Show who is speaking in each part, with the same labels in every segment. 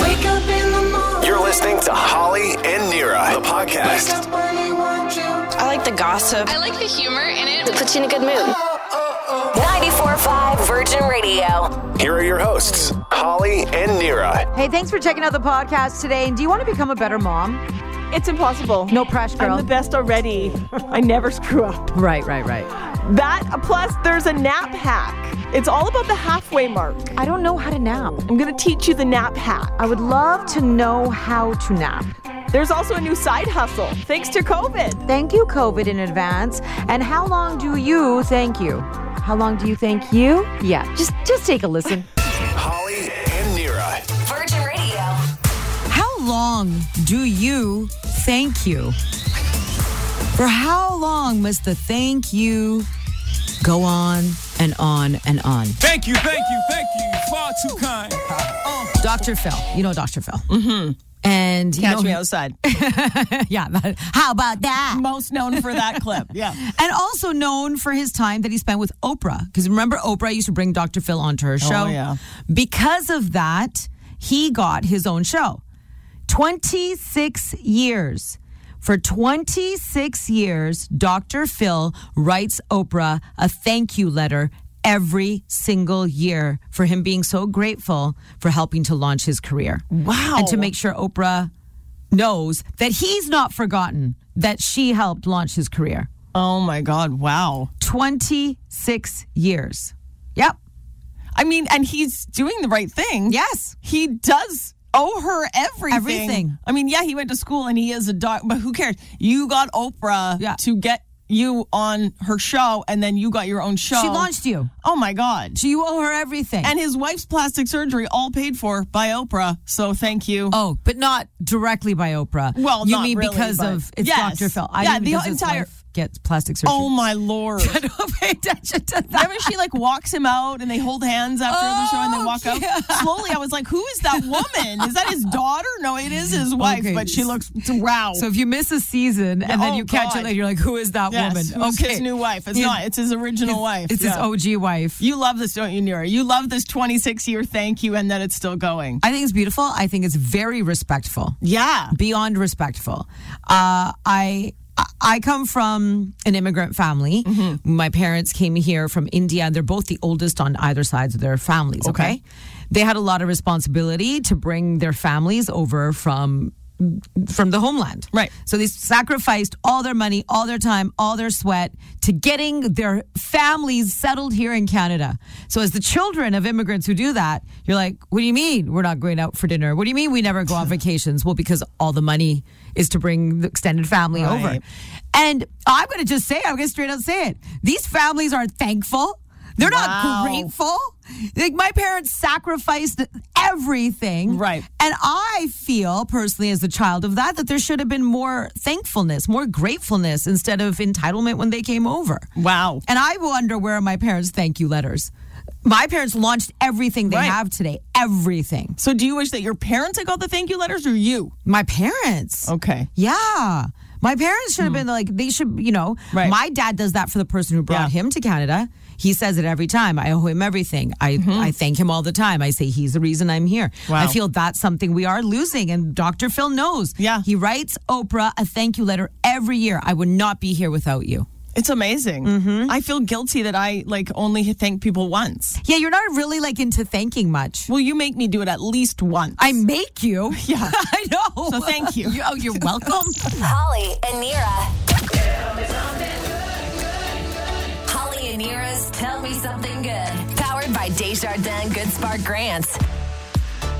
Speaker 1: Wake up in the morning.
Speaker 2: You're listening to Holly and Nira, the
Speaker 1: Wake
Speaker 2: podcast.
Speaker 1: up when you want you.
Speaker 3: I like the gossip.
Speaker 4: I like the humor in it.
Speaker 5: puts you in a good mood.
Speaker 6: 94.5 Virgin Radio.
Speaker 2: Here are your hosts, Holly and Nira.
Speaker 7: Hey, thanks for checking out the podcast today. And do you want to become a better mom?
Speaker 8: It's impossible.
Speaker 7: No pressure, girl.
Speaker 8: I'm the best already. I never screw up.
Speaker 7: Right, right, right.
Speaker 8: That plus there's a nap hack. It's all about the halfway mark.
Speaker 7: I don't know how to nap.
Speaker 8: I'm gonna teach you the nap hack.
Speaker 7: I would love to know how to nap.
Speaker 8: There's also a new side hustle thanks to COVID.
Speaker 7: Thank you, COVID, in advance. And how long do you thank you? How long do you thank you? Yeah, just just take a listen.
Speaker 2: Holly and Nira.
Speaker 6: Virgin Radio.
Speaker 9: How long do you thank you? For how long must the thank you go on and on and on?
Speaker 10: Thank you, thank you, thank you. You're far too kind.
Speaker 9: Dr. Phil, you know Dr. Phil. Mm-hmm. And you know,
Speaker 8: outside.
Speaker 9: yeah, but how about that?
Speaker 8: Most known for that clip. Yeah.
Speaker 9: And also known for his time that he spent with Oprah. Because remember, Oprah used to bring Dr. Phil onto her show.
Speaker 8: Oh, yeah.
Speaker 9: Because of that, he got his own show. 26 years. For 26 years, Dr. Phil writes Oprah a thank you letter every single year for him being so grateful for helping to launch his career. Wow. And to make sure Oprah knows that he's not forgotten that she helped launch his career.
Speaker 8: Oh my god, wow.
Speaker 9: 26 years. Yep.
Speaker 8: I mean, and he's doing the right thing.
Speaker 9: Yes.
Speaker 8: He does owe her everything.
Speaker 9: Everything.
Speaker 8: I mean, yeah, he went to school and he is a doc, but who cares? You got Oprah
Speaker 9: Yeah.
Speaker 8: to get you on her show and then you got your own show.
Speaker 9: She launched you.
Speaker 8: Oh my god.
Speaker 9: So you owe her everything.
Speaker 8: and his wife's plastic surgery all paid for by Oprah. So thank you.
Speaker 9: oh, but not directly by Oprah.
Speaker 8: Well,
Speaker 9: you
Speaker 8: not
Speaker 9: mean
Speaker 8: really,
Speaker 9: because
Speaker 8: but-
Speaker 9: of it's
Speaker 8: Yes.
Speaker 9: Dr. Phil.
Speaker 8: Yeah,
Speaker 9: mean
Speaker 8: the
Speaker 9: because his
Speaker 8: entire-
Speaker 9: wife gets plastic surgery.
Speaker 8: oh my lord.
Speaker 9: I don't pay attention to that.
Speaker 8: Remember she like walks him out and they hold hands after the show and they
Speaker 9: Oh,
Speaker 8: walk
Speaker 9: yeah.
Speaker 8: out. Slowly I was like, who is that woman? Is that his daughter? No, it is his wife,
Speaker 9: Okay.
Speaker 8: but she looks wow.
Speaker 9: So if you miss a season and then
Speaker 8: oh,
Speaker 9: you catch it
Speaker 8: God.
Speaker 9: later, you're like, who is that
Speaker 8: yes,
Speaker 9: woman?
Speaker 8: who's his new wife. It's
Speaker 9: Yeah.
Speaker 8: not. It's his original wife.
Speaker 9: It's
Speaker 8: Yeah.
Speaker 9: his OG wife.
Speaker 8: You love this, don't you, Nira? You love this 26 year thank you and that it's still going.
Speaker 9: I think it's beautiful. I think it's very respectful.
Speaker 8: Yeah.
Speaker 9: beyond respectful. Uh, I I come from an immigrant family. My parents came here from India. They're both the oldest on either sides of their families. Okay. they had a lot of responsibility to bring their families over from from the homeland.
Speaker 8: Right.
Speaker 9: So they sacrificed all their money, all their time, all their sweat to getting their families settled here in Canada. So as the children of immigrants who do that, you're like, what do you mean we're not going out for dinner? What do you mean we never go on vacations? Well, because all the money is to bring the extended family over.
Speaker 8: Right.
Speaker 9: And I'm going to just say, I'm going to straight out say it. These families aren't thankful. They're
Speaker 8: Wow.
Speaker 9: not grateful. Like my parents sacrificed everything.
Speaker 8: Right.
Speaker 9: And I feel personally, as a child of that, that there should have been more thankfulness, more gratefulness instead of entitlement when they came over.
Speaker 8: Wow.
Speaker 9: And I wonder where are my parents' thank you letters? My parents launched everything they
Speaker 8: Right.
Speaker 9: have today, everything.
Speaker 8: So do you wish that your parents had got the thank you letters or you?
Speaker 9: My parents.
Speaker 8: Okay.
Speaker 9: Yeah. My parents should have been like, they should, you know,
Speaker 8: Hmm. Right.
Speaker 9: my dad does that for the person who brought
Speaker 8: Yeah.
Speaker 9: him to Canada. He says it every time. I owe him everything. I, I thank him all the time. I say he's the reason I'm here.
Speaker 8: Mm-hmm. Wow.
Speaker 9: I feel that's something we are losing. And Dr. Phil knows.
Speaker 8: Yeah.
Speaker 9: He writes Oprah a thank you letter every year. I would not be here without you.
Speaker 8: It's amazing.
Speaker 9: Mm-hmm.
Speaker 8: I feel guilty that I like only thank people once.
Speaker 9: Yeah, you're not really like into thanking much.
Speaker 8: Well, you make me do it at least once.
Speaker 9: I make you. Yeah. I know.
Speaker 8: So thank you.
Speaker 9: oh, you're welcome.
Speaker 6: Holly and Nira. Holly and Nira's Tell Me Something Good. Powered by Desjardins Good Spark Grants.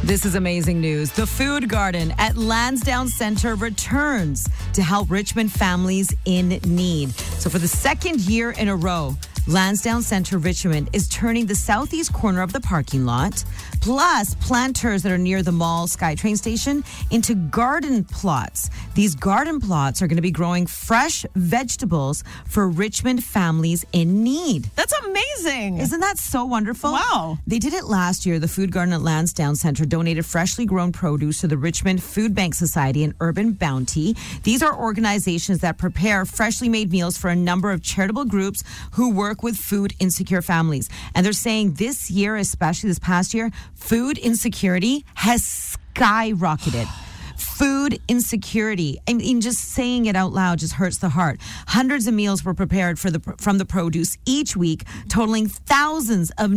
Speaker 9: This is amazing news. The Food Garden at Lansdowne Center returns to help Richmond families in need. So, for the second year in a row, Lansdowne Center Richmond is turning the southeast corner of the parking lot, plus planters that are near the mall SkyTrain station, into garden plots. These garden plots are going to be growing fresh vegetables for Richmond families in need.
Speaker 8: That's amazing.
Speaker 9: Isn't that so wonderful?
Speaker 8: Wow.
Speaker 9: They did it last year. The Food Garden at Lansdowne Center donated freshly grown produce to the Richmond Food Bank Society and Urban Bounty. These are organizations that prepare freshly made meals for a number of charitable groups who work work with food insecure families. And they're saying this year, especially this past year, food insecurity has skyrocketed. food insecurity. I mean, just saying it out loud just hurts the heart. Hundreds of meals were prepared for the from the produce each week, totaling thousands of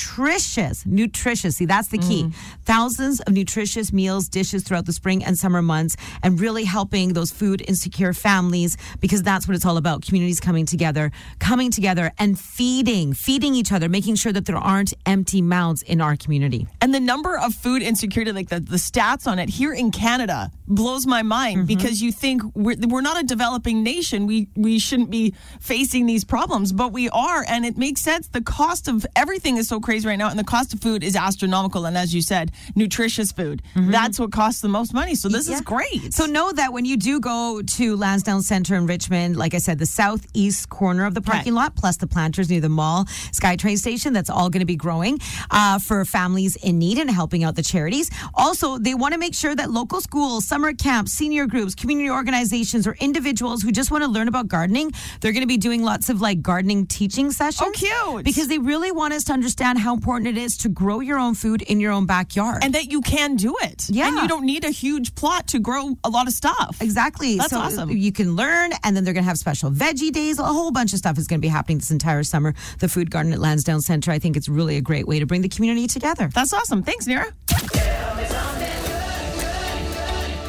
Speaker 9: nutritious, nutritious. See, that's the key. Thousands of nutritious meals, dishes throughout the spring and summer months, and really helping those food insecure families because that's what it's all about. Communities coming together, coming together, and feeding, feeding each other, making sure that there aren't empty mouths in our community.
Speaker 8: And the number of food insecurity, like the, the stats on it here in Canada, blows my
Speaker 9: Mm-hmm.
Speaker 8: mind because you think we're, we're not a developing nation. We, we shouldn't be facing these problems, but we are. And it makes sense. The cost of everything is so crazy right now, and the cost of food is astronomical. And as you said, nutritious food that's what costs the most money. So this is
Speaker 9: Mm-hmm. Yeah.
Speaker 8: great.
Speaker 9: So know that when you do go to Lansdowne Center in Richmond, like I said, the southeast corner of the parking lot, plus the planters near the mall, SkyTrain station, that's all going to be growing uh, for families in need and helping out the charities. Also, they want to make sure that local schools, summer camps, senior groups, community organizations, or individuals who just want to learn about gardening, they're going to be doing lots of like gardening teaching sessions.
Speaker 8: cute.
Speaker 9: Because they really want us to understand how important it is to grow your own food in your own backyard.
Speaker 8: and that you can do it.
Speaker 9: Yeah.
Speaker 8: And you don't need a huge plot to grow a lot of stuff.
Speaker 9: Exactly.
Speaker 8: That's
Speaker 9: so
Speaker 8: awesome.
Speaker 9: You can learn, and then they're going to have special veggie days. A whole bunch of stuff is going to be happening this entire summer. The Food Garden at Lansdowne Center. I think it's really a great way to bring the community together.
Speaker 8: That's awesome. Thanks, Nira.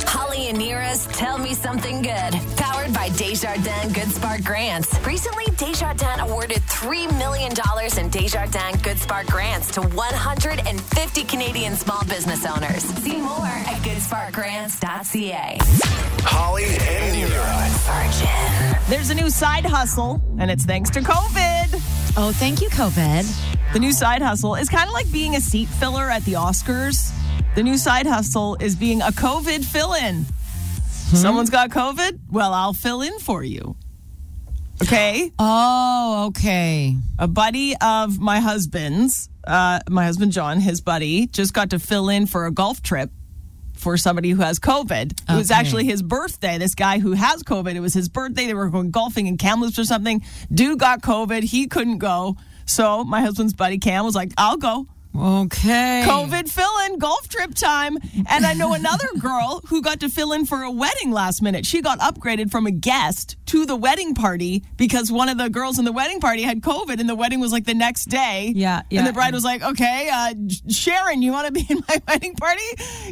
Speaker 6: Holly and Nira's Tell Me Something Good, powered by Desjardins Good Spark Grants. Recently, Desjardins awarded $3 million in Desjardins Good Spark Grants to 150 Canadian small business owners. See more at goodsparkgrants.ca.
Speaker 2: Holly and Nira.
Speaker 6: Virgin.
Speaker 8: There's a new side hustle, and it's thanks to COVID.
Speaker 9: Oh, thank you, COVID.
Speaker 8: The new side hustle is kind of like being a seat filler at the Oscars. The new side hustle is being a COVID fill in. Someone's got COVID? Well, I'll fill in for you. Okay?
Speaker 9: Oh, okay.
Speaker 8: a buddy of my husband's, uh, my husband John, his buddy, just got to fill in for a golf trip for somebody who has COVID. It was
Speaker 9: Okay.
Speaker 8: actually his birthday. This guy who has COVID, it was his birthday. They were going golfing in Kamloops or something. Dude got COVID. He couldn't go. So my husband's buddy Cam was like, I'll go.
Speaker 9: Okay.
Speaker 8: COVID fill in golf trip time. And I know another girl who got to fill in for a wedding last minute. She got upgraded from a guest to the wedding party because one of the girls in the wedding party had COVID and the wedding was like the next day.
Speaker 9: Yeah, yeah.
Speaker 8: And the bride was like, okay, uh, Sharon, you want to be in my wedding party?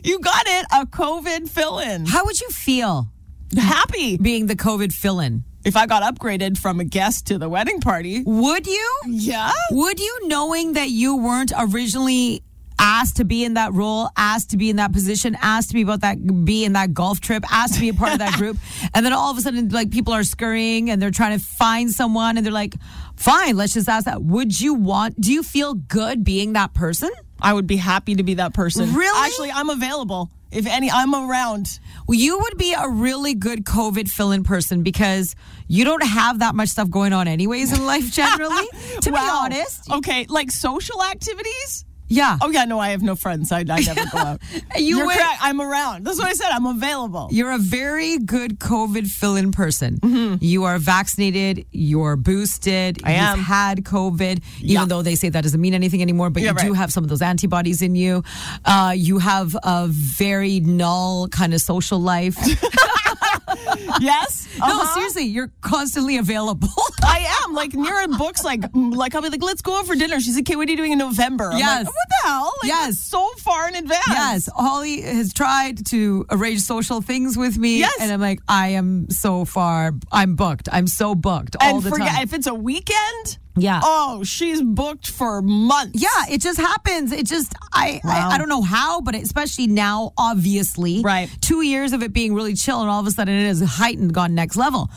Speaker 8: You got it. A COVID fill in.
Speaker 9: How would you feel
Speaker 8: Happy.
Speaker 9: being the COVID fill-in?
Speaker 8: If I got upgraded from a guest to the wedding party.
Speaker 9: Would you?
Speaker 8: Yeah.
Speaker 9: Would you, knowing that you weren't originally asked to be in that role, asked to be in that position, asked to be about that, be in that golf trip, asked to be a part of that group, and then all of a sudden, like people are scurrying and they're trying to find someone, and they're like, "Fine, let's just ask that." Would you want? Do you feel good being that person?
Speaker 8: I would be happy to be that person.
Speaker 9: Really?
Speaker 8: Actually, I'm available. If any, I'm around.
Speaker 9: Well, you would be a really good COVID fill-in person because you don't have that much stuff going on, anyways, in life generally. to
Speaker 8: Wow.
Speaker 9: be honest,
Speaker 8: Okay, like social activities?
Speaker 9: yeah.
Speaker 8: Oh yeah, no, I have no friends. I, I never go out.
Speaker 9: You
Speaker 8: You're
Speaker 9: would-
Speaker 8: correct. I'm around. That's what I said. I'm available.
Speaker 9: You're a very good COVID fill in person. You are vaccinated, you're boosted,
Speaker 8: Mm-hmm. I am.
Speaker 9: you've had COVID, even
Speaker 8: Yeah.
Speaker 9: though they say that doesn't mean anything anymore, but
Speaker 8: Yeah,
Speaker 9: you do
Speaker 8: right.
Speaker 9: have some of those antibodies in you. Uh, you have a very null kind of social life.
Speaker 8: Uh-huh. yes.
Speaker 9: No,
Speaker 8: Uh-huh.
Speaker 9: seriously, you're constantly available.
Speaker 8: I am like near in books like like I'll be like let's go out for dinner. She's like, okay, what are you doing in November? I'm
Speaker 9: Yes.
Speaker 8: like, what the hell? Like,
Speaker 9: Yes.
Speaker 8: that's so far in advance.
Speaker 9: Yes, Holly has tried to arrange social things with me,
Speaker 8: Yes.
Speaker 9: and I'm like, I am so far, I'm booked. I'm so booked all
Speaker 8: and
Speaker 9: the
Speaker 8: forget
Speaker 9: time.
Speaker 8: if it's a weekend.
Speaker 9: Yeah.
Speaker 8: Oh, she's booked for months.
Speaker 9: Yeah, it just happens. It just I,
Speaker 8: Wow.
Speaker 9: I I don't know how, but especially now, obviously,
Speaker 8: Right.
Speaker 9: Two years of it being really chill, and all of a sudden it is heightened, gone next level.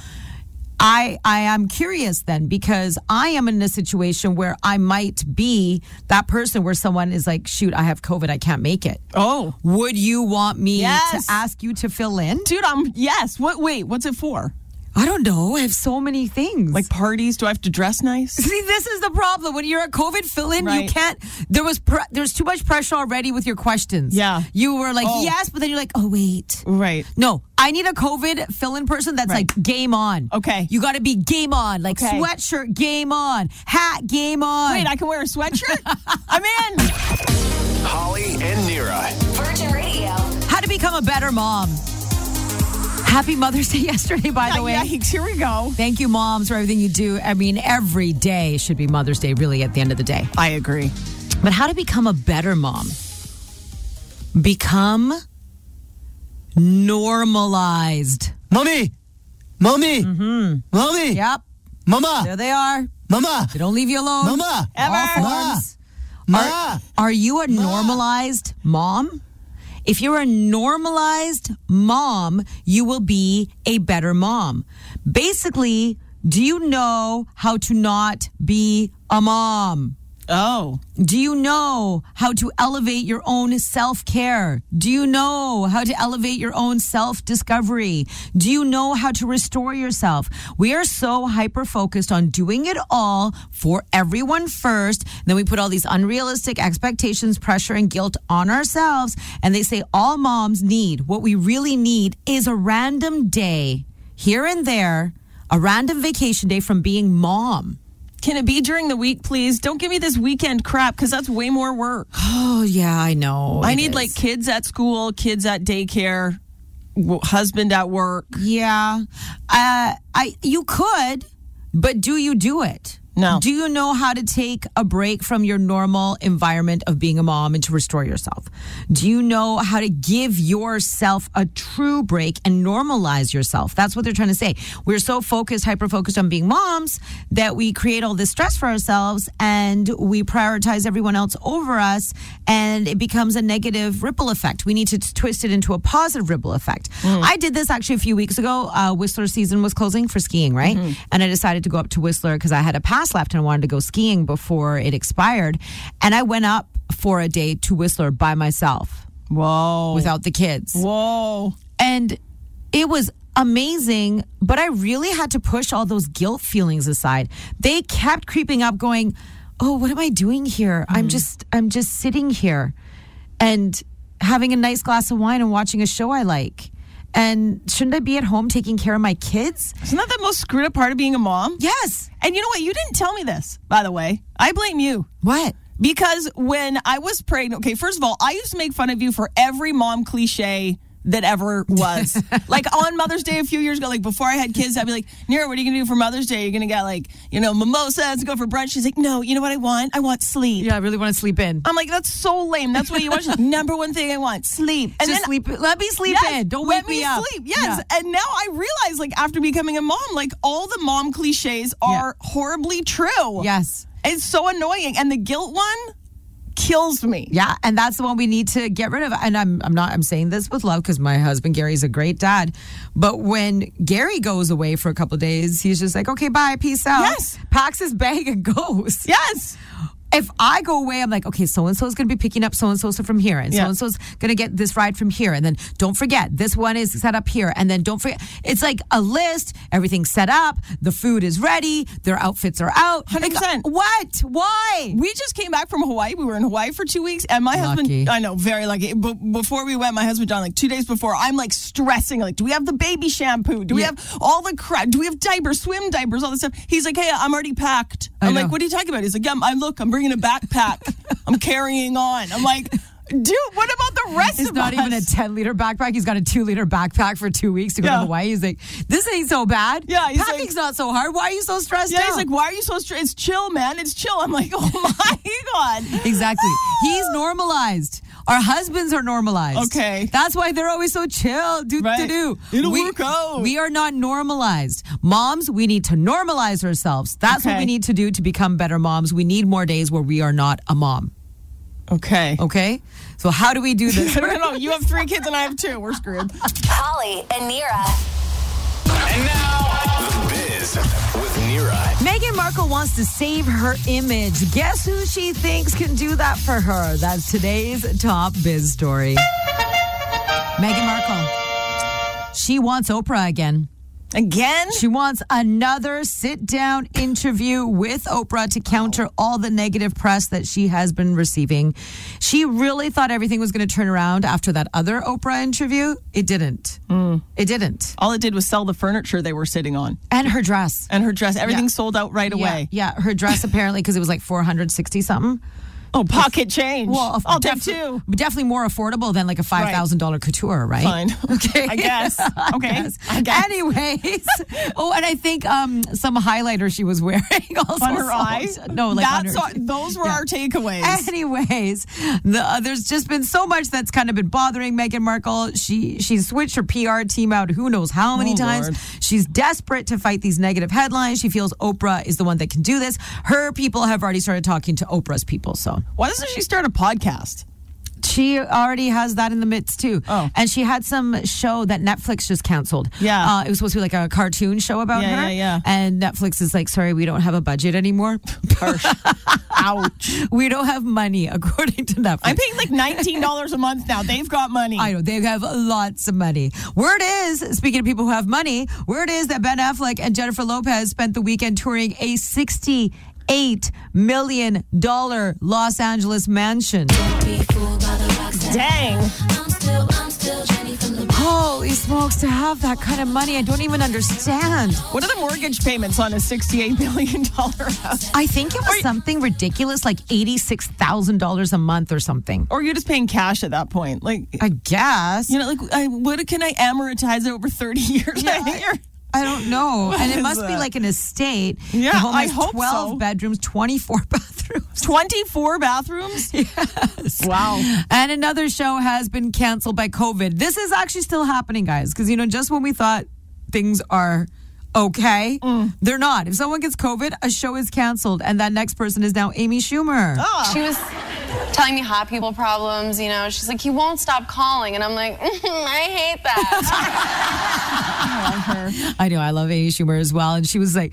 Speaker 9: I I am curious then because I am in a situation where I might be that person where someone is like, shoot, I have COVID, I can't make it.
Speaker 8: Oh,
Speaker 9: Would you want me
Speaker 8: Yes.
Speaker 9: to ask you to fill in?
Speaker 8: dude, I'm yes. What? Wait, what's it for?
Speaker 9: I don't know. I have so many things.
Speaker 8: Like parties, do I have to dress nice?
Speaker 9: See, this is the problem. When you're a COVID fill-in, you
Speaker 8: Right.
Speaker 9: can't. There was pre- there's too much pressure already with your questions.
Speaker 8: Yeah.
Speaker 9: you were like
Speaker 8: Oh.
Speaker 9: yes, but then you're like, oh wait,
Speaker 8: Right.
Speaker 9: no, I need a COVID fill-in person that's
Speaker 8: Right.
Speaker 9: like game on.
Speaker 8: Okay.
Speaker 9: you got to be game on, like
Speaker 8: Okay.
Speaker 9: sweatshirt game on, hat game on.
Speaker 8: Wait, I can wear a sweatshirt? I'm in.
Speaker 2: Holly and Nira.
Speaker 6: Virgin Radio.
Speaker 9: How to become a better mom? Happy Mother's Day yesterday, by the way.
Speaker 8: Yeah, yikes, here we go.
Speaker 9: Thank you, moms, for everything you do. I mean, every day should be Mother's Day, really, at the end of the day.
Speaker 8: I agree.
Speaker 9: But how to become a better mom? Become normalized.
Speaker 3: Mommy, mommy, mommy,
Speaker 9: Yep.
Speaker 3: mama,
Speaker 9: There they are.
Speaker 3: mama,
Speaker 9: They don't leave you alone.
Speaker 3: mama,
Speaker 9: All
Speaker 8: Ever.
Speaker 9: forms.
Speaker 3: ma.
Speaker 9: Are you a normalized mom? If you're a normalized mom, you will be a better mom. Basically, do you know how to not be a mom?
Speaker 8: Oh.
Speaker 9: Do you know how to elevate your own self care? Do you know how to elevate your own self discovery? Do you know how to restore yourself? We are so hyper focused on doing it all for everyone first. Then we put all these unrealistic expectations, pressure, and guilt on ourselves. And they say all moms need what we really need is a random day here and there, a random vacation day from being mom.
Speaker 8: Can it be during the week, please? Don't give me this weekend crap because that's way more work.
Speaker 9: Oh, yeah, I know.
Speaker 8: I
Speaker 9: It
Speaker 8: need
Speaker 9: is.
Speaker 8: like kids at school, kids at daycare, w- husband at work.
Speaker 9: Yeah. Uh, I you could, but do you do it?
Speaker 8: No.
Speaker 9: Do you know how to take a break from your normal environment of being a mom and to restore yourself? Do you know how to give yourself a true break and normalize yourself? That's what they're trying to say. We're so focused, hyper focused on being moms that we create all this stress for ourselves and we prioritize everyone else over us and it becomes a negative ripple effect. We need to twist it into a positive ripple effect. I did this actually a few weeks ago. Uh, Whistler season was closing for skiing, right? And I decided to go up to Whistler because I had a pass left and I wanted to go skiing before it expired. And I went up for a day to Whistler by myself
Speaker 8: Whoa.
Speaker 9: without the kids
Speaker 8: Whoa.
Speaker 9: and it was amazing but i really had to push all those guilt feelings aside they kept creeping up going oh what am i doing here i'm just i'm just sitting here and having a nice glass of wine and watching a show i like and shouldn't i be at home taking care of my kids
Speaker 8: Isn't that the most screwed up part of being a mom?
Speaker 9: yes
Speaker 8: And you know what? You didn't tell me this, by the way. I blame you.
Speaker 9: what
Speaker 8: Because when I was pregnant, okay, first of all, I used to make fun of you for every mom cliche that ever was. like on Mother's Day a few years ago, like before I had kids, I'd be like, Nira, what are you gonna do for Mother's Day? You're gonna get like, you know, mimosas, go for brunch. She's like, No, you know what I want? I want sleep.
Speaker 9: yeah i really want to sleep in
Speaker 8: I'm like, that's so lame. That's what you want. She's like, number one thing I want, sleep.
Speaker 9: Just sleep- let me sleep in. Don't
Speaker 8: let
Speaker 9: wake me up.
Speaker 8: sleep. Yes.
Speaker 9: Yeah.
Speaker 8: And now I realize, like, after becoming a mom, like all the mom cliches are horribly true.
Speaker 9: yes
Speaker 8: It's so annoying. And the guilt one kills me.
Speaker 9: Yeah, and that's the one we need to get rid of. And I'm I'm not I'm saying this with love because my husband Gary is a great dad, but when Gary goes away for a couple of days, he's just like, okay, bye, peace out.
Speaker 8: Yes.
Speaker 9: packs his bag and goes.
Speaker 8: Yes.
Speaker 9: If I go away, I'm like, okay, so and so is going to be picking up so and so from here, and
Speaker 8: Yeah.
Speaker 9: so and so's going to get this ride from here, and then don't forget this one is set up here, and then don't forget. It's like a list. Everything's set up. The food is ready. Their outfits are out. Like,
Speaker 8: 100%.
Speaker 9: What? Why?
Speaker 8: We just came back from Hawaii. We were in Hawaii for two weeks, and my
Speaker 9: Lucky.
Speaker 8: husband, I know, very lucky. But before we went, my husband John, like two days before, I'm like stressing, like, do we have the baby shampoo? Do we
Speaker 9: Yeah.
Speaker 8: have all the crap? Do we have diapers, swim diapers, all this stuff? He's like, hey, I'm already packed.
Speaker 9: I
Speaker 8: I'm
Speaker 9: know.
Speaker 8: like, what are you talking about? He's like, yeah, I look, I'm bringing a backpack. I'm carrying on. I'm like, dude, what about the rest
Speaker 9: It's
Speaker 8: of
Speaker 9: not
Speaker 8: us?
Speaker 9: even a 10 liter backpack. He's got a two liter backpack for two weeks to go to
Speaker 8: Yeah.
Speaker 9: Hawaii. He's like, this ain't so bad.
Speaker 8: Yeah, he's
Speaker 9: Packing's
Speaker 8: like-
Speaker 9: not so hard. Why are you so stressed
Speaker 8: yeah,
Speaker 9: out?
Speaker 8: he's like, why are you so stressed? It's chill, man. It's chill. I'm like, oh my god.
Speaker 9: exactly. He's normalized. Our husbands are normalized.
Speaker 8: Okay.
Speaker 9: That's why they're always so chill. Do do
Speaker 8: Right.
Speaker 9: do.
Speaker 8: It'll work out.
Speaker 9: We are not normalized. Moms, we need to normalize ourselves. That's what
Speaker 8: Okay.
Speaker 9: we need to do to become better moms. We need more days where we are not a mom.
Speaker 8: Okay.
Speaker 9: Okay? So how do we do this?
Speaker 8: I don't know. You have three kids and I have two. We're screwed.
Speaker 6: Holly and Nira.
Speaker 2: And now, The Biz with Nira.
Speaker 9: Meghan Markle wants to save her image. Guess who she thinks can do that for her? That's today's top biz story. Meghan Markle. She wants Oprah again.
Speaker 8: Again?
Speaker 9: She wants another sit down interview with Oprah to counter all the negative press that she has been receiving. She really thought everything was going to turn around after that other Oprah interview. It didn't. It didn't.
Speaker 8: All it did was sell the furniture they were sitting on
Speaker 9: And her dress.
Speaker 8: and her dress. Everything
Speaker 9: Yeah.
Speaker 8: sold out right
Speaker 9: Yeah,
Speaker 8: away.
Speaker 9: Yeah, her dress apparently because it was like 460 something.
Speaker 8: Oh, pocket change.
Speaker 9: Well,
Speaker 8: I'll take
Speaker 9: defi-
Speaker 8: two.
Speaker 9: Definitely more affordable than like a $5,000 couture, right?
Speaker 8: Fine.
Speaker 9: Okay.
Speaker 8: I guess. Okay.
Speaker 9: Yes.
Speaker 8: I guess.
Speaker 9: Anyways, oh, and I think um some highlighter she was wearing also
Speaker 8: on her
Speaker 9: sold.
Speaker 8: eyes.
Speaker 9: No, like on
Speaker 8: that's
Speaker 9: her-
Speaker 8: all- those were
Speaker 9: Yeah.
Speaker 8: our takeaways.
Speaker 9: Anyways, the, uh, there's just been so much that's kind of been bothering Meghan Markle. She she's switched her PR team out who knows how many
Speaker 8: Oh,
Speaker 9: times.
Speaker 8: Lord.
Speaker 9: She's desperate to fight these negative headlines. She feels Oprah is the one that can do this. Her people have already started talking to Oprah's people, so
Speaker 8: Why doesn't she start a podcast?
Speaker 9: she already has that in the midst too.
Speaker 8: Oh.
Speaker 9: And she had some show that Netflix just canceled.
Speaker 8: Yeah.
Speaker 9: Uh, it was supposed to be like a cartoon show about
Speaker 8: Yeah,
Speaker 9: her.
Speaker 8: yeah, yeah.
Speaker 9: And Netflix is like, sorry, we don't have a budget anymore.
Speaker 8: Ouch.
Speaker 9: we don't have money, according to Netflix.
Speaker 8: I'm paying like $19 a month now. They've got money.
Speaker 9: I know they have lots of money. Word is, speaking of people who have money, word is that Ben Affleck and Jennifer Lopez spent the weekend touring a sixty-eight million dollar Los Angeles mansion.
Speaker 8: Dang.
Speaker 9: Holy smokes, to have that kind of money, I don't even understand.
Speaker 8: What are the mortgage payments on a $68 million house?
Speaker 9: I think it was something ridiculous, like eighty-six thousand dollars a month or something.
Speaker 8: Or you're just paying cash at that point. Like,
Speaker 9: I guess.
Speaker 8: you know, like, I, what can I amortize it over 30 years?
Speaker 9: Yeah,
Speaker 8: I think you're-
Speaker 9: I don't know, and it
Speaker 8: is
Speaker 9: must be
Speaker 8: that?
Speaker 9: like an estate.
Speaker 8: Yeah,
Speaker 9: the home
Speaker 8: I
Speaker 9: has
Speaker 8: hope
Speaker 9: twelve
Speaker 8: so.
Speaker 9: bedrooms, twenty-four bathrooms.
Speaker 8: 24 bathrooms? Yes. Wow.
Speaker 9: And another show has been canceled by COVID. This is actually still happening, guys, because you know, just when we thought things are okay,
Speaker 8: Mm.
Speaker 9: they're not. If someone gets COVID, a show is canceled, and that next person is now Amy Schumer.
Speaker 8: Ah.
Speaker 4: She was telling me hot people problems, you know. She's like, he won't stop calling. And I'm like, "Mm-hmm, I hate that.
Speaker 9: I know I love Amy Schumer as well, and she was like.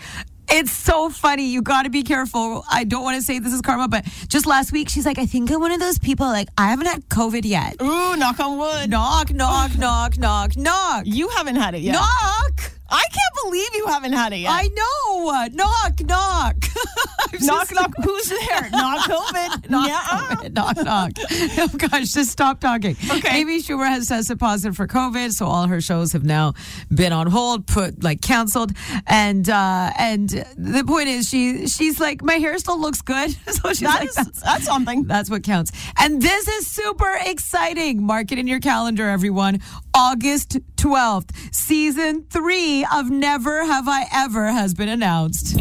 Speaker 9: It's so funny. You got to be careful. I don't want to say this is karma, but just last week, she's like, I think I'm one of those people, like, I haven't had COVID yet.
Speaker 8: Ooh, knock on wood.
Speaker 9: Knock, knock, knock, knock, knock.
Speaker 8: You haven't had it yet.
Speaker 9: Knock.
Speaker 8: I can't believe you haven't had it yet.
Speaker 9: I know. Knock, knock. I'm
Speaker 8: knock,
Speaker 9: just-
Speaker 8: knock. Who's there? Knock
Speaker 9: Knock,
Speaker 8: COVID. Nuh-uh.
Speaker 9: COVID. knock, knock. Oh gosh, just stop talking.
Speaker 8: Okay.
Speaker 9: Amy Schumer has tested positive for COVID, so all her shows have now been on hold, put like canceled. And uh and the point is, she she's like, my hair still looks good. so she's
Speaker 8: That
Speaker 9: like,
Speaker 8: is-
Speaker 9: that's,
Speaker 8: that's something.
Speaker 9: That's what counts. And this is super exciting. Mark it in your calendar, everyone. August twelfth, season three of Never Have I Ever has been announced.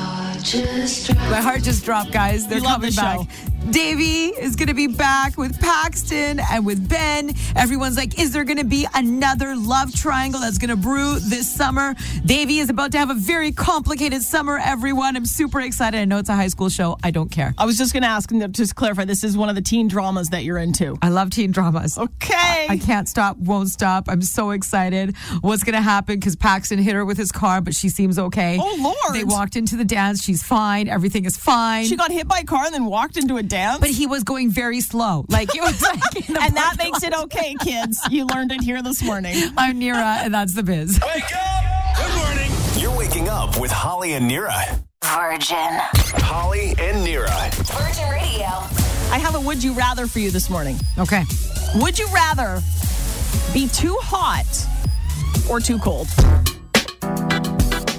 Speaker 9: My heart just dropped, guys. They're
Speaker 8: We love
Speaker 9: coming
Speaker 8: the
Speaker 9: back.
Speaker 8: show.
Speaker 9: Davey is going to be back with Paxton and with Ben. Everyone's like, is there going to be another love triangle that's going to brew this summer? Davey is about to have a very complicated summer, everyone. I'm super excited. I know it's a high school show. I don't care.
Speaker 8: I was just going to ask, and just clarify, this is one of the teen dramas that you're into.
Speaker 9: I love teen dramas.
Speaker 8: Okay.
Speaker 9: I can't stop, won't stop. I'm so excited. What's going to happen? Because Paxton hit her with his car, but she seems okay.
Speaker 8: Oh, Lord.
Speaker 9: They walked into the dance. She's fine. Everything is fine.
Speaker 8: She got hit by a car and then walked into a dance.
Speaker 9: but he was going very slow. Like it was like in the
Speaker 8: and that
Speaker 9: parking
Speaker 8: makes it okay, kids. You learned it here this morning.
Speaker 9: lot. I'm Nira, and that's the biz.
Speaker 2: Wake up! Good morning. You're waking up with Holly and Nira.
Speaker 6: Virgin.
Speaker 2: Holly and Nira.
Speaker 6: Virgin Radio.
Speaker 8: I have a would you rather for you this morning.
Speaker 9: Okay.
Speaker 8: Would you rather be too hot or too cold?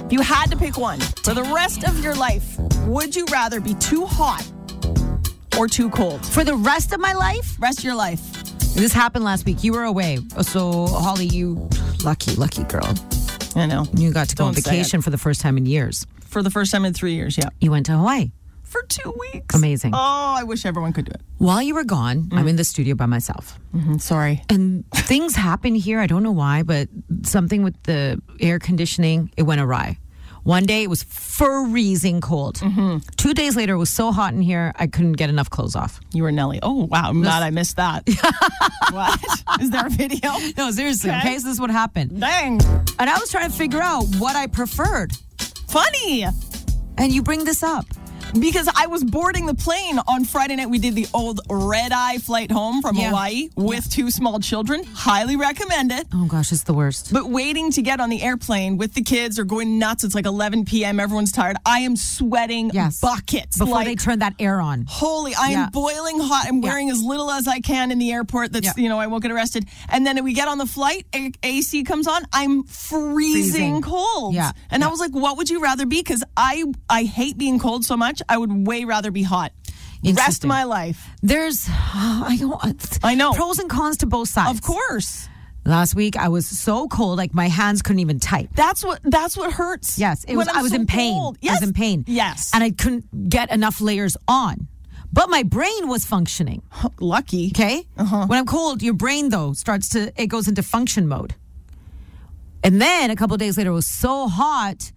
Speaker 8: If you had to pick one for the rest of your life, would you rather be too hot or too cold?
Speaker 9: For the rest of my life,
Speaker 8: Rest of your life.
Speaker 9: this happened last week. You were away, so Holly, you lucky, lucky girl.
Speaker 8: I know.
Speaker 9: You got to go on
Speaker 8: Don't say it.
Speaker 9: vacation for the first time in years.
Speaker 8: For the first time in three years, yeah.
Speaker 9: You went to Hawaii.
Speaker 8: For two weeks.
Speaker 9: Amazing.
Speaker 8: Oh, Mm. I wish everyone could do it.
Speaker 9: While you were gone, I'm in the studio by myself.
Speaker 8: I'm sorry.
Speaker 9: and things happen here. I don't know why, but something with the air conditioning, it went awry. One day it was freezing cold.
Speaker 8: Mm-hmm.
Speaker 9: Two days later, it was so hot in here, I couldn't get enough clothes off.
Speaker 8: You were Nelly. Oh, wow. I'm glad I missed that. what? Is there a video?
Speaker 9: No, seriously. Okay,
Speaker 8: Okay.
Speaker 9: so this is what happened.
Speaker 8: Dang.
Speaker 9: And I was trying to figure out what I preferred.
Speaker 8: Funny.
Speaker 9: And you bring this up.
Speaker 8: because I was boarding the plane on Friday night. We did the old red eye flight home from
Speaker 9: Yeah.
Speaker 8: Hawaii with two small children. Highly recommend it.
Speaker 9: Oh gosh, it's the worst.
Speaker 8: But waiting to get on the airplane with the kids or going nuts. It's like 11 p.m. Everyone's tired. I am sweating
Speaker 9: Yes.
Speaker 8: buckets.
Speaker 9: Before
Speaker 8: like,
Speaker 9: they turn that air on.
Speaker 8: holy, I am
Speaker 9: Yeah.
Speaker 8: boiling hot. I'm wearing as little as I can in the airport. That's,
Speaker 9: Yeah.
Speaker 8: you know, I won't get arrested. And then we get on the flight, A- AC comes on. I'm freezing,
Speaker 9: Freezing.
Speaker 8: cold.
Speaker 9: Yeah.
Speaker 8: And I was like, what would you rather be? Because I, I hate being cold so much. I would way rather be hot. Rest
Speaker 9: Interesting.
Speaker 8: my life.
Speaker 9: There's, I don't,
Speaker 8: I know.
Speaker 9: pros and cons to both sides.
Speaker 8: Of course.
Speaker 9: Last week I was so cold, like my hands couldn't even type.
Speaker 8: That's what that's what hurts.
Speaker 9: Yes, it
Speaker 8: when
Speaker 9: was.
Speaker 8: I'm
Speaker 9: I was
Speaker 8: so
Speaker 9: in pain.
Speaker 8: cold.
Speaker 9: I was in pain.
Speaker 8: Yes.
Speaker 9: and I couldn't get enough layers on, but my brain was functioning.
Speaker 8: lucky.
Speaker 9: Okay,
Speaker 8: Uh-huh.
Speaker 9: when I'm cold, your brain though starts to it goes into function mode, and then a couple of days later it was so hot,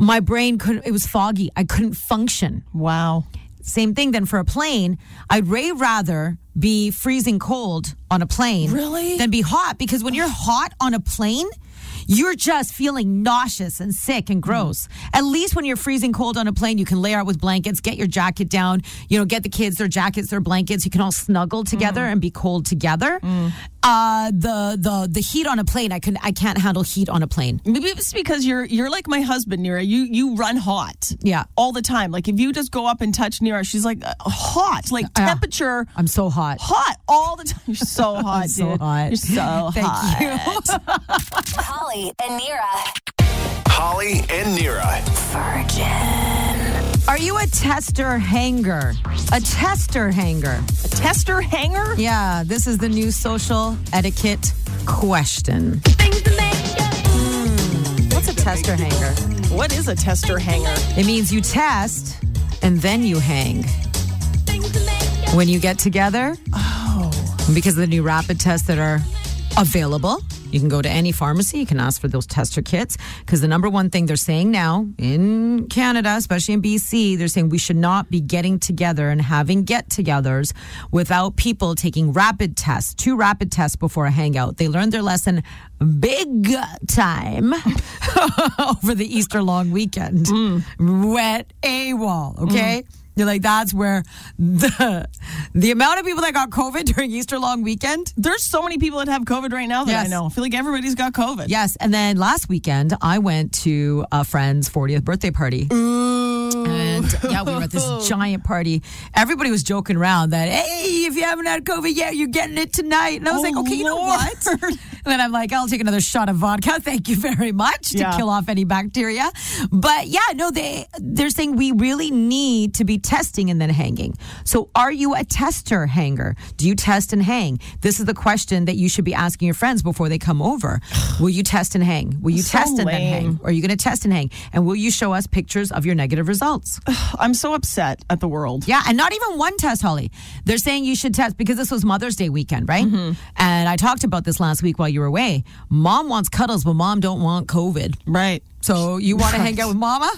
Speaker 9: my brain couldn't. It was foggy. I couldn't function.
Speaker 8: Wow.
Speaker 9: Same thing. Then for a plane, I'd way rather be freezing cold on a plane
Speaker 8: Really?
Speaker 9: than be hot because when you're hot on a plane. You're just feeling nauseous and sick and gross. At least when you're freezing cold on a plane, you can lay out with blankets, get your jacket down, you know, get the kids their jackets, their blankets. You can all snuggle together and be cold together. Uh, the the the heat on a plane, I can I can't handle heat on a plane.
Speaker 8: Maybe it's because you're you're like my husband, Nira. You you run hot.
Speaker 9: Yeah.
Speaker 8: All the time. Like if you just go up and touch Nira, she's like uh, hot. Like
Speaker 9: Yeah.
Speaker 8: temperature.
Speaker 9: I'm so hot.
Speaker 8: Hot all the time. You're so hot,
Speaker 9: I'm so
Speaker 8: dude.
Speaker 9: hot.
Speaker 8: You're so
Speaker 9: Thank
Speaker 8: hot.
Speaker 9: you.
Speaker 6: Holly and Nira.
Speaker 2: Holly and Nira.
Speaker 6: Virgin.
Speaker 9: Are you a tester hanger? A tester hanger.
Speaker 8: Tester hanger?
Speaker 9: Yeah, this is the new social etiquette question. Hmm, What's a tester hanger?
Speaker 8: What is a tester hanger?
Speaker 9: It means you test and then you hang. When you get together, oh. because of the new rapid tests that are available, you can go to any pharmacy, you can ask for those tester kits. Because the number one thing they're saying now in Canada, especially in BC, they're saying we should not be getting together and having get togethers without people taking rapid tests, two rapid tests before a hangout. They learned their lesson big time over the Easter long weekend. Wet AWOL, okay? You're like, that's where the the amount of people that got COVID during Easter long weekend.
Speaker 8: There's so many people that have COVID right now that I
Speaker 9: Yes.
Speaker 8: know. I feel like everybody's got COVID.
Speaker 9: Yes. And then last weekend, I went to a friend's 40th birthday party. And yeah, we were at this giant party. Everybody was joking around that, hey, if you haven't had COVID yet, you're getting it tonight. And I was
Speaker 8: Oh,
Speaker 9: like, okay, you know
Speaker 8: Lord.
Speaker 9: what? And then I'm like, I'll take another shot of vodka. Thank you very much to
Speaker 8: Yeah.
Speaker 9: kill off any bacteria. But yeah, no, they they're saying we really need to be testing and then hanging. So are you a tester hanger? Do you test and hang? This is the question that you should be asking your friends before they come over. Will you test and hang? Will you
Speaker 8: So
Speaker 9: test and then
Speaker 8: lame.
Speaker 9: hang? Or are you going to test and hang? And will you show us pictures of your negative results?
Speaker 8: I'm so upset at the world.
Speaker 9: Yeah, and not even one test, Holly. They're saying you should test because this was Mother's Day weekend, right?
Speaker 8: Mm-hmm.
Speaker 9: And I talked about this last week while you were away. Mom wants cuddles, but mom don't want COVID.
Speaker 8: Right.
Speaker 9: So you want to hang out with mama?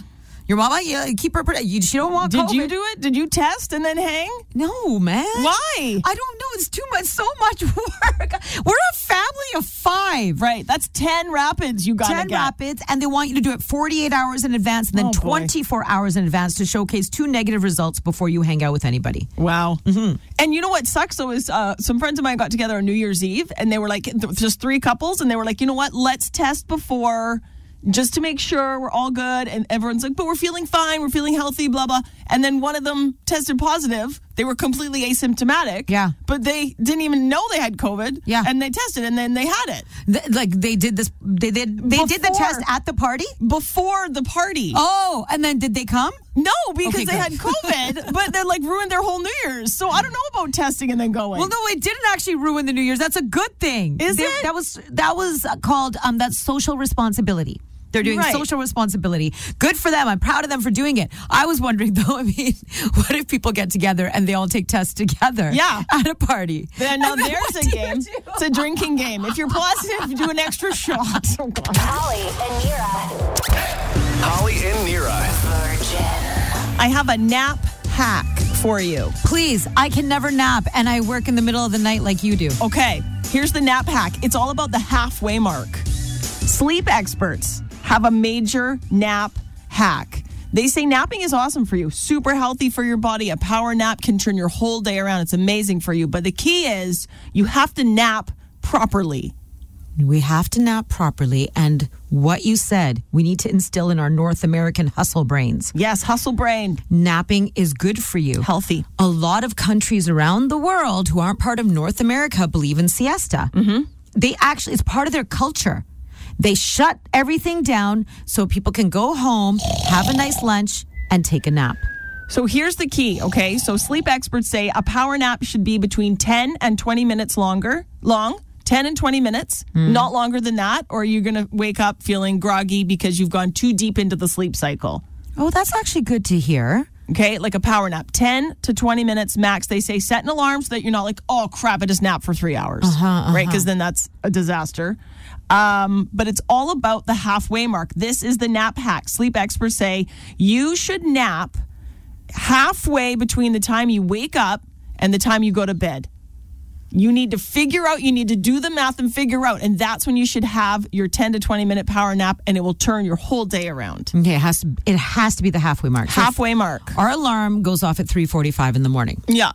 Speaker 9: Your mama? Yeah, keep her. protect- You, she don't want.
Speaker 8: Did
Speaker 9: COVID.
Speaker 8: you do it? Did you test and then hang?
Speaker 9: No, man.
Speaker 8: Why?
Speaker 9: I don't know. It's too much. So much work. We're a family of five.
Speaker 8: Right. That's 10 rapids you got to
Speaker 9: 10
Speaker 8: get.
Speaker 9: rapids, and they want you to do it 48 hours in advance and then
Speaker 8: Oh, boy.
Speaker 9: 24 hours in advance to showcase two negative results before you hang out with anybody.
Speaker 8: Wow. Mm-hmm. And you know what sucks though is uh, some friends of mine got together on New Year's Eve and they were like, th- just three couples, and they were like, you know what? Let's test before just to make sure we're all good. And everyone's like, but we're feeling fine. We're feeling healthy, blah, blah. And then one of them tested positive. They were completely asymptomatic.
Speaker 9: Yeah.
Speaker 8: But they didn't even know they had COVID.
Speaker 9: Yeah.
Speaker 8: And they tested and then they had it
Speaker 9: Th- like they did this they did they did the
Speaker 8: Before.
Speaker 9: test at the party
Speaker 8: before the party.
Speaker 9: oh and then did they come
Speaker 8: No, because
Speaker 9: Okay,
Speaker 8: they
Speaker 9: good.
Speaker 8: had COVID, but they like ruined their whole New Year's. So I don't know about testing and then going.
Speaker 9: well no it didn't actually ruin the new year's that's a good thing
Speaker 8: Is
Speaker 9: They-
Speaker 8: it?
Speaker 9: that was that was uh, called um that's social responsibility they're doing
Speaker 8: Right.
Speaker 9: social responsibility. Good for them. I'm proud of them for doing it. I was wondering though, I mean, what if people get together and they all take tests together?
Speaker 8: Yeah.
Speaker 9: At a party.
Speaker 8: Yeah, now
Speaker 9: And then
Speaker 8: there's
Speaker 9: what do
Speaker 8: a
Speaker 9: you
Speaker 8: game.
Speaker 9: do?
Speaker 8: It's a drinking game. If you're positive, do an extra shot. Oh, God.
Speaker 6: Holly and Nira.
Speaker 2: Holly and Nira.
Speaker 6: Virgin.
Speaker 8: I have a nap hack for you.
Speaker 9: Please, I can never nap and I work in the middle of the night like you do.
Speaker 8: Okay, here's the nap hack. It's all about the halfway mark. Sleep experts have a major nap hack. They say napping is awesome for you, super healthy for your body. A power nap can turn your whole day around. It's amazing for you. But the key is you have to nap properly.
Speaker 9: We have to nap properly. And what you said, we need to instill in our North American hustle brains.
Speaker 8: Yes, hustle brain.
Speaker 9: Napping is good for you.
Speaker 8: Healthy.
Speaker 9: A lot of countries around the world who aren't part of North America believe in siesta. Mm-hmm. They actually, it's part of their culture. They shut everything down so people can go home, have a nice lunch, and take a nap.
Speaker 8: So here's the key, okay? So sleep experts say a power nap should be between 10 and 20 minutes longer, long, 10 and 20 minutes, not longer than that, or you're going to wake up feeling groggy because you've gone too deep into the sleep cycle.
Speaker 9: Oh, that's actually good to hear.
Speaker 8: Okay, like a power nap, 10 to 20 minutes max. They say set an alarm so that you're not like, oh crap, I just nap for three hours, right? Because then that's a disaster. Um, but it's all about the halfway mark. This is the nap hack. Sleep experts say you should nap halfway between the time you wake up and the time you go to bed. You need to figure out, you need to do the math and figure out. And that's when you should have your 10 to 20 minute power nap and it will turn your whole day around.
Speaker 9: Okay, it has to, it has to be the halfway mark. So
Speaker 8: Halfway mark.
Speaker 9: Our alarm goes off at 3:45 in the morning.
Speaker 8: Yeah.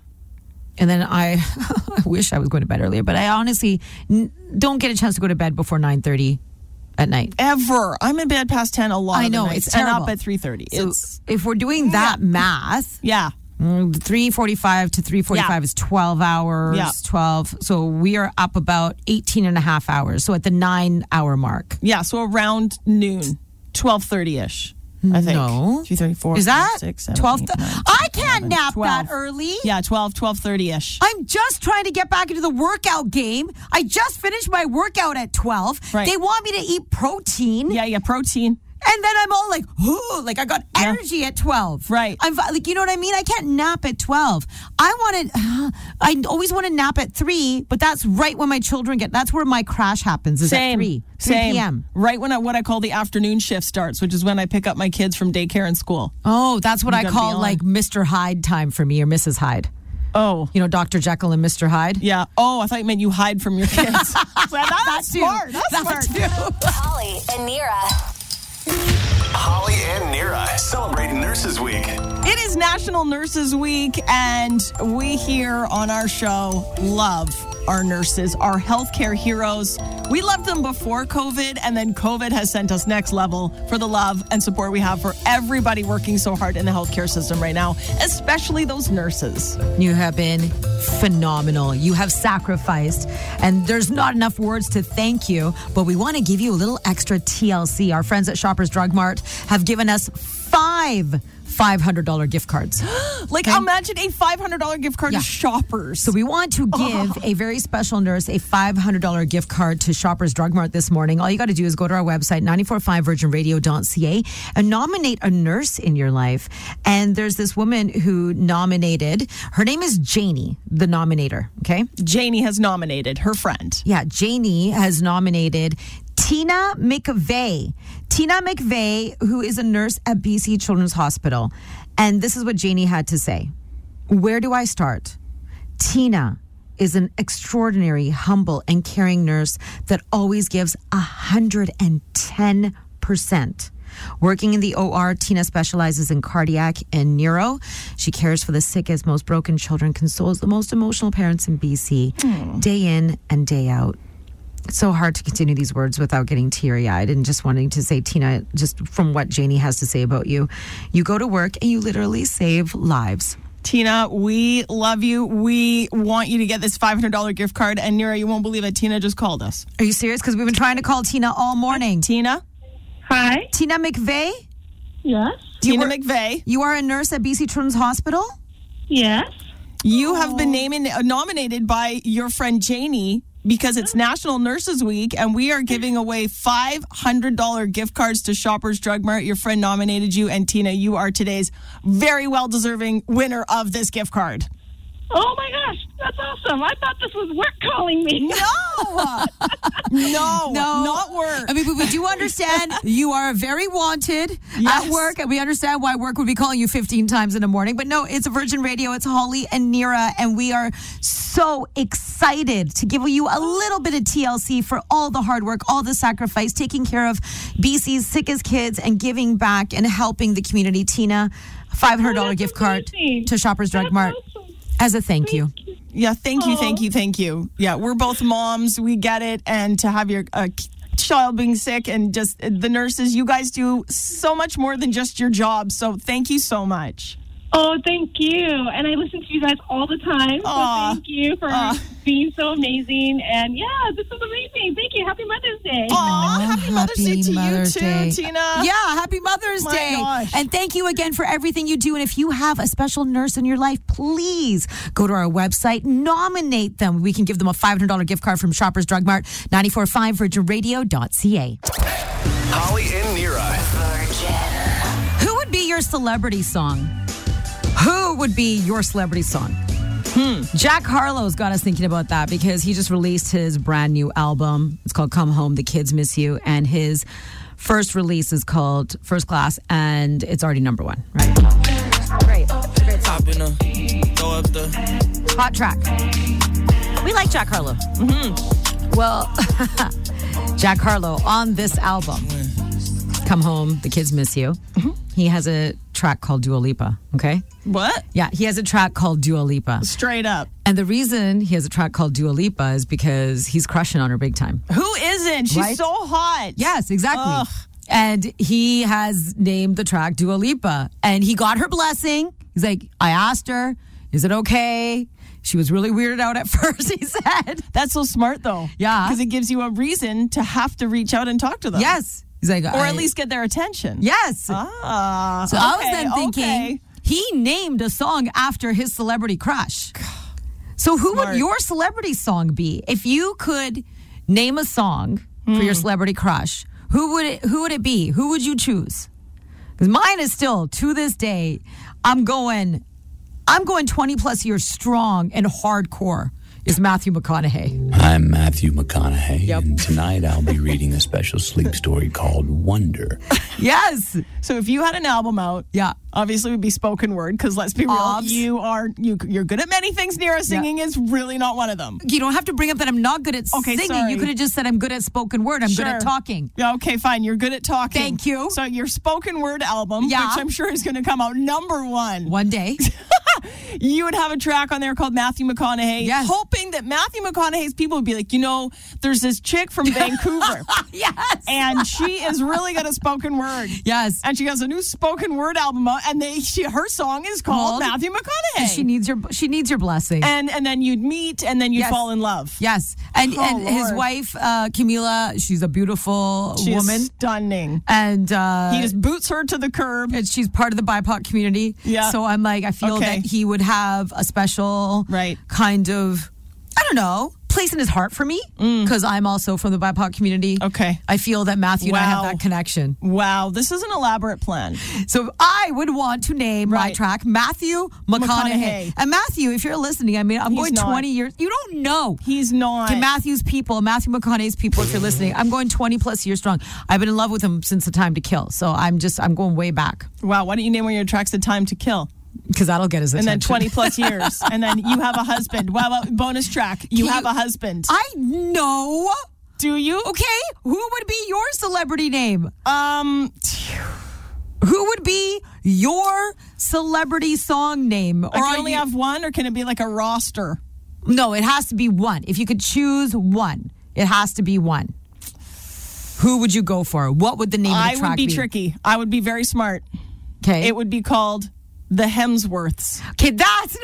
Speaker 9: and then I, I wish I was going to bed earlier, but I honestly n- don't get a chance to go to bed before nine thirty at night.
Speaker 8: ever. I'm in bed past ten a lot.
Speaker 9: I
Speaker 8: of the
Speaker 9: know
Speaker 8: nights,
Speaker 9: it's terrible.
Speaker 8: and up at three thirty.
Speaker 9: So
Speaker 8: it's
Speaker 9: if we're doing that math, mm,
Speaker 8: yeah,
Speaker 9: three forty-five to three forty-five
Speaker 8: Yeah.
Speaker 9: is twelve hours.
Speaker 8: Yeah.
Speaker 9: Twelve. So we are up about 18 and a half hours. So at the nine-hour mark.
Speaker 8: yeah. So around noon, twelve thirty ish. I think
Speaker 9: No.
Speaker 8: three thirty four.
Speaker 9: Is that
Speaker 8: six, seven,
Speaker 9: 12?
Speaker 8: eight, nine,
Speaker 9: I can't nap
Speaker 8: 12.
Speaker 9: that early.
Speaker 8: yeah, 12, 12.30 ish.
Speaker 9: I'm just trying to get back into the workout game. I just finished my workout at 12.
Speaker 8: Right.
Speaker 9: They want me to eat protein.
Speaker 8: Yeah, yeah, protein.
Speaker 9: And then I'm all like, ooh, like I got energy at 12.
Speaker 8: Right.
Speaker 9: I'm fi- like, you know what I mean? I can't nap at 12. I want to, I always want to nap at 3, but that's right when my children get, that's where my crash happens is at
Speaker 8: Same.
Speaker 9: 3, 3
Speaker 8: same.
Speaker 9: p.m.
Speaker 8: Right when I, what I call the afternoon shift starts, which is when I pick up my kids from daycare and school.
Speaker 9: Oh, that's what I
Speaker 8: gotta be
Speaker 9: call
Speaker 8: on.
Speaker 9: like Mr. Hyde time for me or Mrs. Hyde.
Speaker 8: Oh.
Speaker 9: You know, Dr. Jekyll and Mr. Hyde.
Speaker 8: Yeah. Oh, I thought you meant you hide from your kids. So that's smart. That's
Speaker 9: That
Speaker 8: smart.
Speaker 6: Holly and Nira.
Speaker 2: Holly and Nira celebrating Nurses Week.
Speaker 8: It is National Nurses Week, and we here on our show love our nurses, our healthcare heroes. We loved them before COVID, and then COVID has sent us next level for the love and support we have for everybody working so hard in the healthcare system right now, especially those nurses.
Speaker 9: You have been phenomenal. You have sacrificed, and there's not enough words to thank you, but we want to give you a little extra TLC. Our friends at Shoppers Drug Mart have given us five $500 gift cards.
Speaker 8: Like, imagine a $500 gift card
Speaker 9: Yeah.
Speaker 8: to shoppers.
Speaker 9: So we want to give a very special nurse a $500 gift card to Shoppers Drug Mart this morning. All you got to do is go to our website, 945virginradio.ca, and nominate a nurse in your life. And there's this woman who nominated, her name is Janie, the nominator, okay?
Speaker 8: Janie has nominated her friend.
Speaker 9: Yeah, Janie has nominated Tina McVeigh. Tina McVeigh, who is a nurse at BC Children's Hospital. And this is what Janie had to say Where do I start? Tina is an extraordinary, humble, and caring nurse that always gives 110%. Working in the OR, Tina specializes in cardiac and neuro. She cares for the sickest, most broken children, consoles the most emotional parents in BC, day in and day out. It's so hard to continue these words without getting teary eyed and just wanting to say, Tina, just from what Janie has to say about you, you go to work and you literally save lives.
Speaker 8: Tina, we love you. We want you to get this $500 gift card. And Nira, you won't believe it. Tina just called us.
Speaker 9: Are you serious? Because we've been trying to call Tina all morning.
Speaker 8: Tina?
Speaker 5: Hi.
Speaker 9: Tina McVeigh,
Speaker 5: Yes.
Speaker 8: Tina McVeigh,
Speaker 9: you are a nurse at BC Children's Hospital.
Speaker 5: Yes.
Speaker 8: you have
Speaker 9: Oh.
Speaker 8: been named uh, nominated by your friend Janie because it's National Nurses Week, and we are giving away five hundred dollar gift cards to Shoppers Drug Mart. Your friend nominated you, and Tina, you are today's very well deserving winner of this gift card.
Speaker 5: Oh my gosh, that's awesome! I thought this was work calling me.
Speaker 8: No, No,
Speaker 9: No,
Speaker 8: not work.
Speaker 9: I mean, but we do understand you are very wanted
Speaker 8: Yes.
Speaker 9: at work, and we understand why work would be calling you 15 times in the morning. But no, it's Virgin Radio. It's Holly and Nira, and we are so excited to give you a little bit of TLC for all the hard work, all the sacrifice, taking care of BC's sickest kids, and giving back and helping the community. Tina, $500
Speaker 5: Oh, that's
Speaker 9: gift card
Speaker 5: amazing.
Speaker 9: to Shoppers Drug
Speaker 5: That's
Speaker 9: Mart
Speaker 5: awesome.
Speaker 9: as a thank you.
Speaker 8: Yeah, thank you, thank
Speaker 5: Aw.
Speaker 8: you, thank you. Yeah, we're both moms. We get it. And to have your uh, k- child being sick and just uh, the nurses, you guys do so much more than just your job. So thank you so much.
Speaker 5: Oh, thank you. And I listen to you guys all the time.
Speaker 4: Oh.
Speaker 5: So
Speaker 8: Aw.
Speaker 5: thank you for
Speaker 8: Aw.
Speaker 5: being so amazing. And yeah, this is amazing. Thank you. Happy Mother's Day.
Speaker 8: Aw, happy Mother's Day
Speaker 9: Happy
Speaker 8: to
Speaker 9: Mother's
Speaker 8: you too,
Speaker 9: Day.
Speaker 8: Tina.
Speaker 9: Yeah, happy Mother's
Speaker 8: My
Speaker 9: Day.
Speaker 8: gosh.
Speaker 9: And thank you again for everything you do. And if you have a special nurse in your life, please go to our website, nominate them. We can give them a $500 gift card from Shoppers Drug Mart, 945 virginradio.ca.
Speaker 2: Holly and Nira.
Speaker 9: Who would be your celebrity song? Who would be your celebrity song? Hmm. Jack Harlow's got us thinking about that because he just released his brand new album. It's called Come Home, The Kids Miss You. And his first release is called First Class, and it's already number one, right? Great.
Speaker 10: Hop in the, throw up the.
Speaker 9: Hot track. We like Jack Harlow. Mm-hmm. Well, Jack Harlow on this album, Come Home, The Kids Miss You. He has a track called Dua Lipa, okay?
Speaker 8: What?
Speaker 9: Yeah, he has a track called Dua Lipa.
Speaker 8: Straight up.
Speaker 9: And the reason he has a track called Dua Lipa is because he's crushing on her big time.
Speaker 8: Who isn't? She's
Speaker 9: Right?
Speaker 8: so hot.
Speaker 9: Yes, exactly.
Speaker 8: Ugh.
Speaker 9: And he has named the track Dua Lipa. And he got her blessing. He's like, I asked her, is it okay? She was really weirded out at first, he said.
Speaker 8: That's so smart, though.
Speaker 9: Yeah.
Speaker 8: Because it gives you a reason to have to reach out and talk to them.
Speaker 9: Yes. He's like,
Speaker 8: Or
Speaker 9: "I-"
Speaker 8: at least get their attention.
Speaker 9: Yes.
Speaker 8: Ah.
Speaker 9: so I was
Speaker 8: okay,
Speaker 9: then thinking
Speaker 8: okay.
Speaker 9: he named a song after his celebrity crush. So who
Speaker 8: Smart.
Speaker 9: would your celebrity song be? If you could name a song for
Speaker 8: Hmm.
Speaker 9: your celebrity crush, who would it who would it be? Who would you choose? Because mine is still to this day, I'm going I'm going 20 plus years strong and hardcore is Matthew McConaughey.
Speaker 11: I'm Matthew McConaughey, and tonight I'll be reading a special sleep story called Wonder.
Speaker 9: Yes.
Speaker 8: So if you had an album out,
Speaker 9: Yeah.
Speaker 8: obviously it would be spoken word because let's be real,
Speaker 9: Obs.
Speaker 8: you are you you're good at many things. Nira singing is really not one of them.
Speaker 9: You don't have to bring up that I'm not good at
Speaker 8: Okay,
Speaker 9: singing.
Speaker 8: sorry.
Speaker 9: You could have just said I'm good at spoken word. I'm good at
Speaker 8: Sure.
Speaker 9: talking.
Speaker 8: Yeah, okay, fine. You're good at talking.
Speaker 9: Thank you.
Speaker 8: So your spoken word album,
Speaker 9: Yeah.
Speaker 8: which I'm sure is going to come out number one.
Speaker 9: One day.
Speaker 8: You would have a track on there called Matthew McConaughey,
Speaker 9: Yes.
Speaker 8: hoping that Matthew McConaughey's people would be like, you know, there's this chick from Vancouver,
Speaker 9: yes.
Speaker 8: and she is really good at spoken word.
Speaker 9: Yes.
Speaker 8: And she has a new spoken word album out, and they she her song is
Speaker 9: Called-
Speaker 8: called Matthew McConaughey.
Speaker 9: And she needs your she needs your blessing.
Speaker 8: and and then you'd meet and then you'd
Speaker 9: Yes.
Speaker 8: fall in love.
Speaker 9: yes, and
Speaker 8: Oh,
Speaker 9: and his
Speaker 8: Lord.
Speaker 9: wife uh, Camila, she's a beautiful
Speaker 8: She is
Speaker 9: woman,
Speaker 8: stunning.
Speaker 9: and uh,
Speaker 8: He just boots her to the curb.
Speaker 9: and she's part of the BIPOC community.
Speaker 8: Yeah.
Speaker 9: so I'm like, I feel
Speaker 8: Okay.
Speaker 9: that he would have a special
Speaker 8: Right.
Speaker 9: kind of, I don't know, place in his heart for me because I'm also from the BIPOC community.
Speaker 8: Mm. Okay.
Speaker 9: I feel that Matthew and I have
Speaker 8: Wow.
Speaker 9: that connection.
Speaker 8: Wow, this is an elaborate plan.
Speaker 9: So I would want to name my
Speaker 8: Right.
Speaker 9: track Matthew McConaughey.
Speaker 8: McConaughey.
Speaker 9: And Matthew, if you're listening, I mean, I'm
Speaker 8: He's
Speaker 9: going
Speaker 8: not.
Speaker 9: 20 years. You don't know.
Speaker 8: He's not.
Speaker 9: To Matthew's people, Matthew McConaughey's people, if you're listening, I'm going 20 plus years strong. I've been in love with him since the time to kill. So I'm just, I'm going way back
Speaker 8: wow, why don't you name one of your tracks "The Time to Kill"
Speaker 9: because that'll get his
Speaker 8: and
Speaker 9: attention.
Speaker 8: then twenty plus years, and then you have a husband. Wow, wow, bonus track. You
Speaker 9: You- Uh,
Speaker 8: have a husband.
Speaker 9: I know.
Speaker 8: Do you?
Speaker 9: Okay. Who would be your celebrity name?
Speaker 8: Um,
Speaker 9: Who would be your celebrity song name? Or
Speaker 8: I
Speaker 9: are
Speaker 8: can only
Speaker 9: you-
Speaker 8: have one, or can it be like a roster?
Speaker 9: No, it has to be one. If you could choose one, it has to be one. Who would you go for? What would the name of
Speaker 8: I
Speaker 9: the track
Speaker 8: would be tricky. I would be very smart.
Speaker 9: Okay.
Speaker 8: It would be called the Hemsworths.
Speaker 9: okay, that's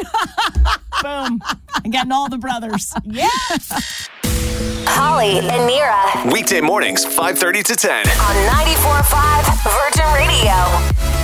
Speaker 8: Boom. And getting all the brothers. Yeah.
Speaker 6: Holly and Nira
Speaker 2: Weekday mornings, 5.30 to 10.
Speaker 6: on 94.5 Virgin Radio.